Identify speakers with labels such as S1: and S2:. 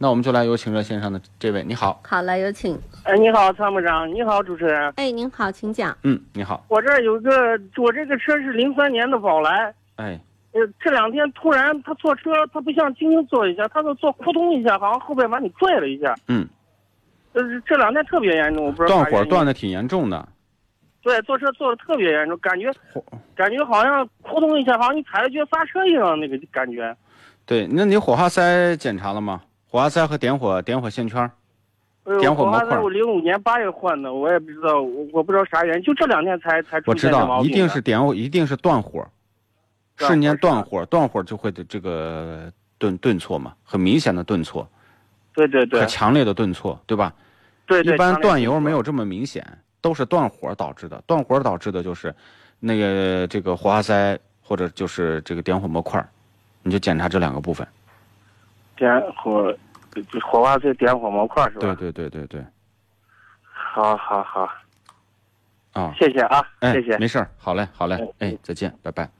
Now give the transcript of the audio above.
S1: 那我们就来有请热线上的这位，你好，
S2: 好了，有请。
S3: 哎，你好，参谋长，你好，主持人。
S2: 哎，您好，请讲。
S1: 嗯，你好，
S3: 我这儿有个，我这个车是零三年的宝来，
S1: 哎，
S3: 呃，这两天突然他坐车，他不像轻轻坐一下，他就坐扑通一下，好像后边把你拽了一下。
S1: 嗯，
S3: 呃，这两天特别严重，我不知道
S1: 断
S3: 啥
S1: 火
S3: 原因
S1: 断的挺严重的，
S3: 对，坐车坐的特别严重，感觉感觉好像扑通一下，好像你踩了脚刹车一样那个感觉。
S1: 对，那你火花塞检查了吗？火花塞和点火点火线圈儿，
S3: 哎呦
S1: 点火
S3: 我
S1: 模
S3: 还
S1: 块
S3: 在我零五年八月换的，我也不知道，我我不知道啥原因，就这两天才才
S1: 我
S3: 出
S1: 知
S3: 现这
S1: 道
S3: 毛
S1: 一
S3: 病的。
S1: 定是点火，一定是断火，
S3: 断
S1: 瞬间
S3: 火是吧
S1: 断火，断火就会的这个顿顿挫嘛，很明显的顿挫，
S3: 对对对
S1: 很强烈的顿挫，对吧？
S3: 对对，
S1: 一般
S3: 强烈
S1: 断油没
S3: 有。
S1: 有这么明显，都是断火导致的。断火导致的就是那个这个火花塞或者就是这个点火模块儿，你就检查这两个部分。
S3: 点火，火花塞点火模块是吧？
S1: 对对对对对，
S3: 好好好，
S1: 啊，
S3: 谢谢啊，
S1: 哎
S3: 谢谢，。
S1: 没事儿，好嘞，好嘞
S3: 嗯，
S1: 哎，再见，拜拜。